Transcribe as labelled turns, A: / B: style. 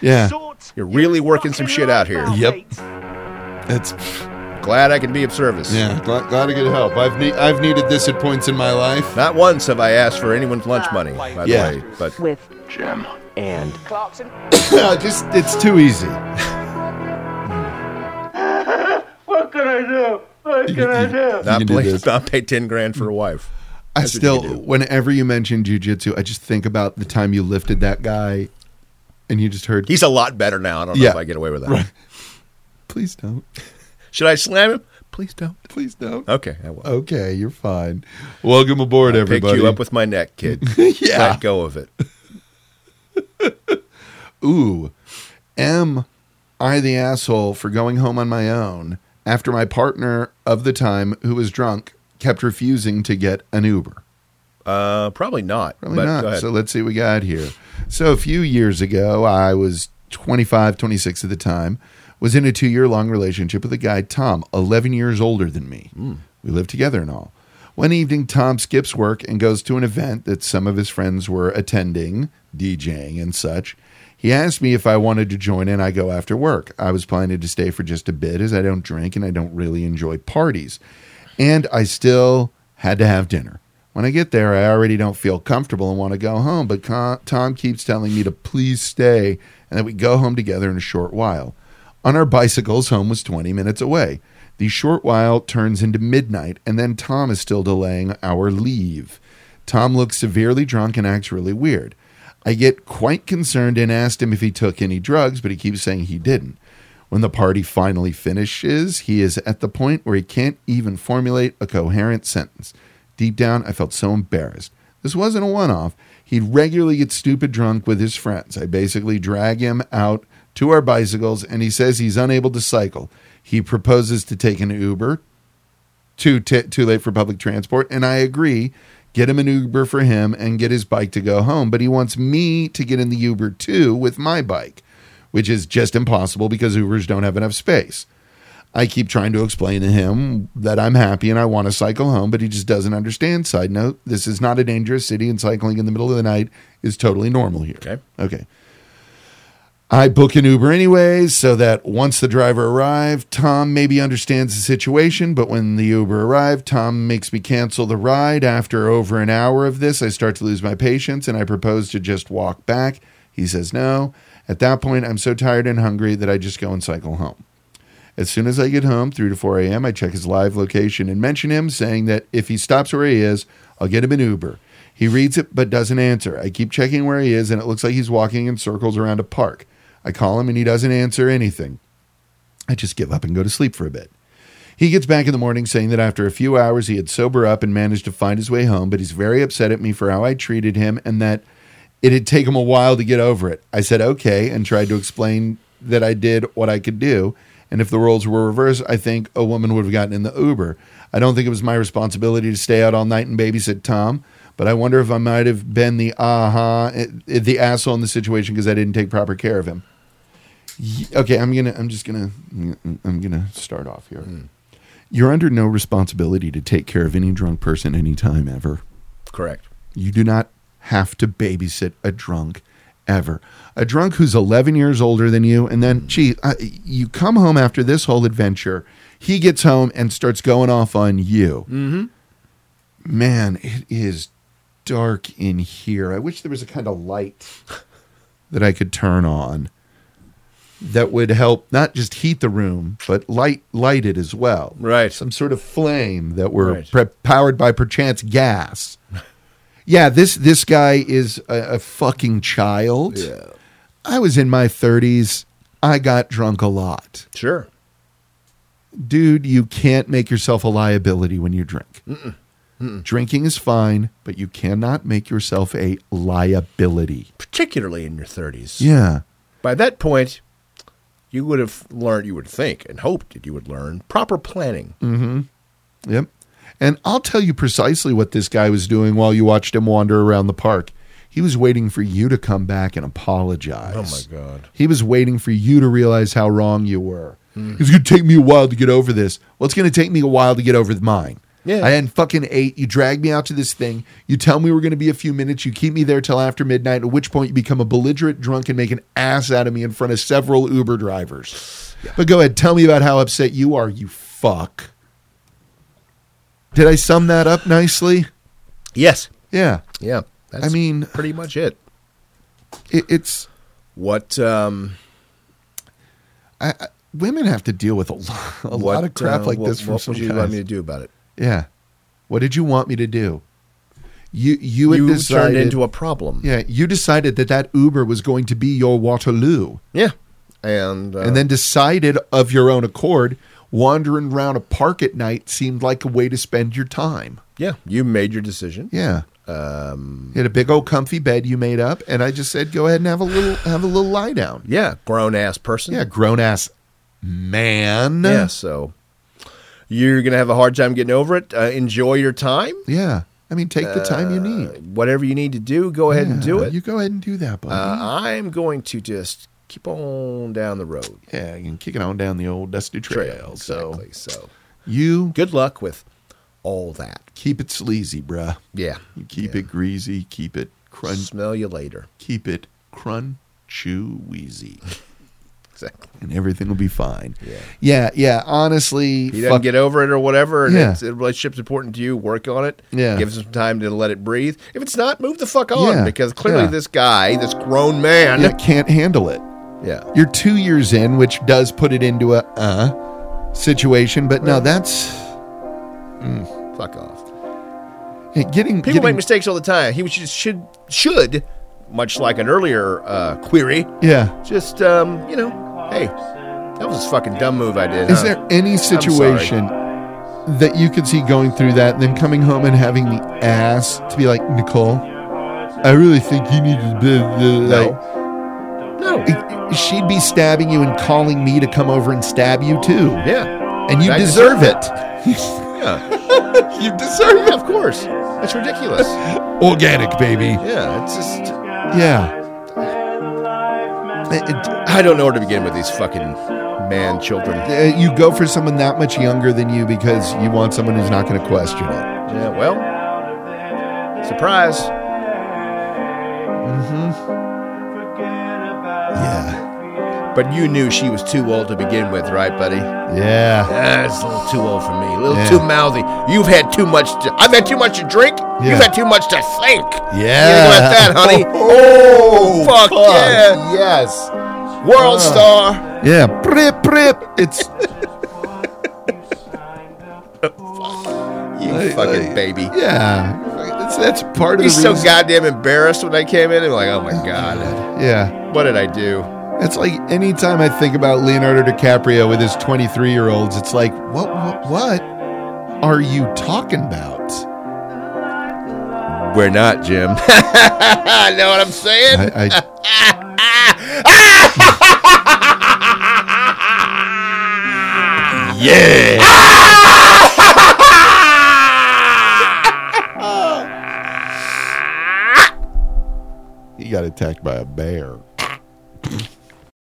A: Yeah.
B: Sort
C: You're really
B: your
C: working some
B: fucking
C: shit out
B: life
C: here.
A: Yep.
B: mates.
A: That's
C: Glad I can be of service.
A: yeah. Glad, glad to get help. I've ne- I've needed this at points in my life.
C: Not once have I asked for anyone's lunch money, by the
A: Yeah.
C: way. But
D: with
E: Jim.
D: and
B: Clarkson.
A: Just it's too easy.
E: What can I do? What can I do?
C: not,
A: can do
C: pay-
A: this.
C: not pay 10 grand for a wife.
A: I
C: That's what you
A: still,
C: do.
A: whenever you mention jujitsu, I just think about the time you lifted that guy, and you just heard,
C: He's a lot better now. I don't know
A: Yeah.
C: if I get away with that.
A: "Please don't,
C: Should I slam him? Please don't.
A: please don't."
C: Okay, I will.
A: Okay, you're fine. Welcome aboard,
C: Pick
A: everybody.
C: you up with my neck, kid.
A: Yeah.
C: Let go of it.
A: Ooh, am I the asshole for going home on my own after my partner of the time, who was drunk, kept refusing to get an Uber?
C: Uh, probably not.
A: Probably
C: but Go
A: not.
C: ahead.
A: So let's see what we got here. So a few years ago, I was 25, 26 at the time, was in a two year long relationship with a guy, Tom, 11 years older than me.
C: Hmm.
A: We lived together and all. One evening, Tom skips work and goes to an event that some of his friends were attending, DJing and such. He asked me if I wanted to join and I go after work. I was planning to stay for just a bit as I don't drink and I don't really enjoy parties. And I still had to have dinner. When I get there, I already don't feel comfortable and want to go home, but Co- Tom keeps telling me to please stay and that we go home together in a short while. On our bicycles, home was 20 minutes away. The short while turns into midnight, and then Tom is still delaying our leave. Tom looks severely drunk and acts really weird. I get quite concerned and asked him if he took any drugs, but he keeps saying he didn't. When the party finally finishes, he is at the point where he can't even formulate a coherent sentence. Deep down, I felt so embarrassed. This wasn't a one off. He'd regularly get stupid drunk with his friends. I basically drag him out to our bicycles, and he says he's unable to cycle. He proposes to take an Uber, too t- too late for public transport and i agree get him an uber for him and get his bike to go home but he wants me to get in the uber too with my bike which is just impossible because ubers don't have enough space i keep trying to explain to him that i'm happy and i want to cycle home but he just doesn't understand side note this is not a dangerous city and cycling in the middle of the night is totally normal here
C: Okay.
A: okay I book an Uber anyways, so that once the driver arrived, Tom maybe understands the situation. But when the Uber arrived, Tom makes me cancel the ride. After over an hour of this, I start to lose my patience and I propose to just walk back. He says no. At that point, I'm so tired and hungry that I just go and cycle home. As soon as I get home, 3 to 4 a.m., I check his live location and mention him, saying that if he stops where he is, I'll get him an Uber. He reads it but doesn't answer. I keep checking where he is, and it looks like he's walking in circles around a park. I call him, and he doesn't answer anything. I just give up and go to sleep for a bit. He gets back in the morning saying that after a few hours he had sober up and managed to find his way home, but he's very upset at me for how I treated him and that it had taken him a while to get over it. I said okay and tried to explain that I did what I could do. And if the roles were reversed, I think a woman would have gotten in the Uber. I don't think it was my responsibility to stay out all night and babysit Tom, but I wonder if I might have been the aha, eh, the asshole in the situation because I didn't take proper care of him. Y- Okay, I'm gonna, I'm just gonna, I'm gonna start off here. You're under no responsibility to take care of any drunk person anytime ever.
C: Correct.
A: You do not have to babysit a drunk ever. A drunk who's 11 years older than you, and then, gee, uh, you come home after this whole adventure. He gets home and starts going off on you. Mm-hmm. Man, it is dark in here. I wish there was a kind of light that I could turn on that would help not just heat the room, but light light it as well.
C: Right.
A: Some sort of flame that were
C: Right.
A: pre- powered by perchance gas. Yeah, this this guy is a, a fucking child. Yeah. I was in my 30s. I got drunk a lot.
C: Sure.
A: Dude, you can't make yourself a liability when you drink. Drinking is fine, but you cannot make yourself a liability.
C: Particularly in your 30s.
A: Yeah.
C: By that point, you would have learned, you would think and hoped that you would learn proper planning.
A: Mm. Yep. And I'll tell you precisely what this guy was doing while you watched him wander around the park. He was waiting for you to come back and apologize.
C: Oh, my God.
A: He was waiting for you to realize how wrong you were. It's going to take me a while to get over this. Well, it's going to take me a while to get over mine.
C: Yeah.
A: I hadn't fucking ate. You drag me out to this thing. You tell me we're going to be a few minutes. You keep me there till after midnight, at which point you become a belligerent drunk and make an ass out of me in front of several Uber drivers. But go ahead. Tell me about how upset you are, you fuck. Did I sum that up nicely?
C: Yes.
A: Yeah.
C: Yeah. That's
A: I mean,
C: pretty much it.
A: it, it's.
C: What um
A: I, I, women have to deal with a, lot, a lot
C: what,
A: of crap
C: uh,
A: like
C: what,
A: this from
C: what
A: some
C: would you
A: guys.
C: want me to do about it?
A: Yeah. What did you want me to do? You you, had
C: You
A: decided,
C: turned into a problem.
A: yeah. You decided that that Uber was going to be your Waterloo,
C: Yeah. And uh,
A: and then decided of your own accord, wandering around a park at night seemed like a way to spend your time.
C: uh, yeah, you made your decision.
A: Yeah. Um, you had a big old comfy bed you made up, and I just said, "Go ahead and have a little have a little lie down."
C: Yeah, grown ass person.
A: Yeah, grown ass man.
C: Yeah, so you're going to have a hard time getting over it. Uh, enjoy your time.
A: Yeah. I mean, take the time you need.
C: Whatever you need to do, Uh, go ahead and do
A: Yeah,
C: it.
A: You go ahead and do that, buddy.
C: Uh, I'm going to just keep on down the road.
A: yeah, you can kick it on down the old dusty trail. So
C: Exactly. So
A: you
C: good luck with all that.
A: keep it sleazy, bruh.
C: Yeah.
A: You keep
C: Yeah.
A: it greasy, keep it crunch,
C: Smell you later.
A: keep it crunchy,
C: Exactly.
A: and everything will be fine.
C: Yeah.
A: yeah, yeah, honestly,
C: He doesn't
A: fuck,
C: get over it or whatever. And
A: Yeah.
C: it's, the relationship's important to you. Work on it.
A: Yeah.
C: Give him some time to let it breathe. If it's not, move the fuck on
A: Yeah.
C: because clearly
A: Yeah.
C: this guy, this grown man,
A: yeah, can't handle it.
C: yeah,
A: You're two years in, which does put it into a uh situation, but no, that's
C: fuck off.
A: yeah, getting
C: People
A: getting,
C: make mistakes all the time. He should should should much like an earlier uh, query.
A: Yeah,
C: Just um, you know, hey, that was a fucking dumb move I did.
A: is
C: huh?
A: there any situation? that you could see going through that and then coming home and having the ass to be like, Nicole, I really think you need to. Blah, blah, like,
C: No.
A: it- she'd be stabbing you and calling me to come over and stab you too.
C: Yeah.
A: And you
C: I
A: deserve
C: deserve
A: it.
C: Yeah.
A: You deserve
C: yeah. Of course. That's ridiculous.
A: Organic, baby.
C: Yeah. It's just.
A: Yeah. It- it-
C: I don't know where to begin with these fucking man children.
A: uh, you go for someone that much younger than you because you want someone who's not going to question it.
C: Yeah. Well. Surprise.
A: Yeah.
C: But you knew she was too old to begin with, right, buddy?
A: Yeah.
C: Ah, it's a little too old for me. A little
A: Yeah.
C: too mouthy. You've had too much. To, I've had too much to drink.
A: Yeah.
C: You've had too much to think.
A: Yeah.
C: You got that, honey.
A: Oh,
C: fuck, yeah.
A: Yes. Ah.
C: World star.
A: Yeah. Prip, prip. It's.
C: You
A: Like-
C: fucking
A: like-
C: baby.
A: Yeah, that's, that's part of
C: He's
A: the
C: so
A: reason.
C: goddamn embarrassed when I came in. I'm like, oh my god,
A: yeah,
C: what did I do?
A: it's like anytime I think about Leonardo DiCaprio with his 23 year olds, it's like, what, what, what are you talking about?
C: We're not, Jim. know what I'm saying?
A: I, I,
C: yeah.
A: he got attacked by a bear.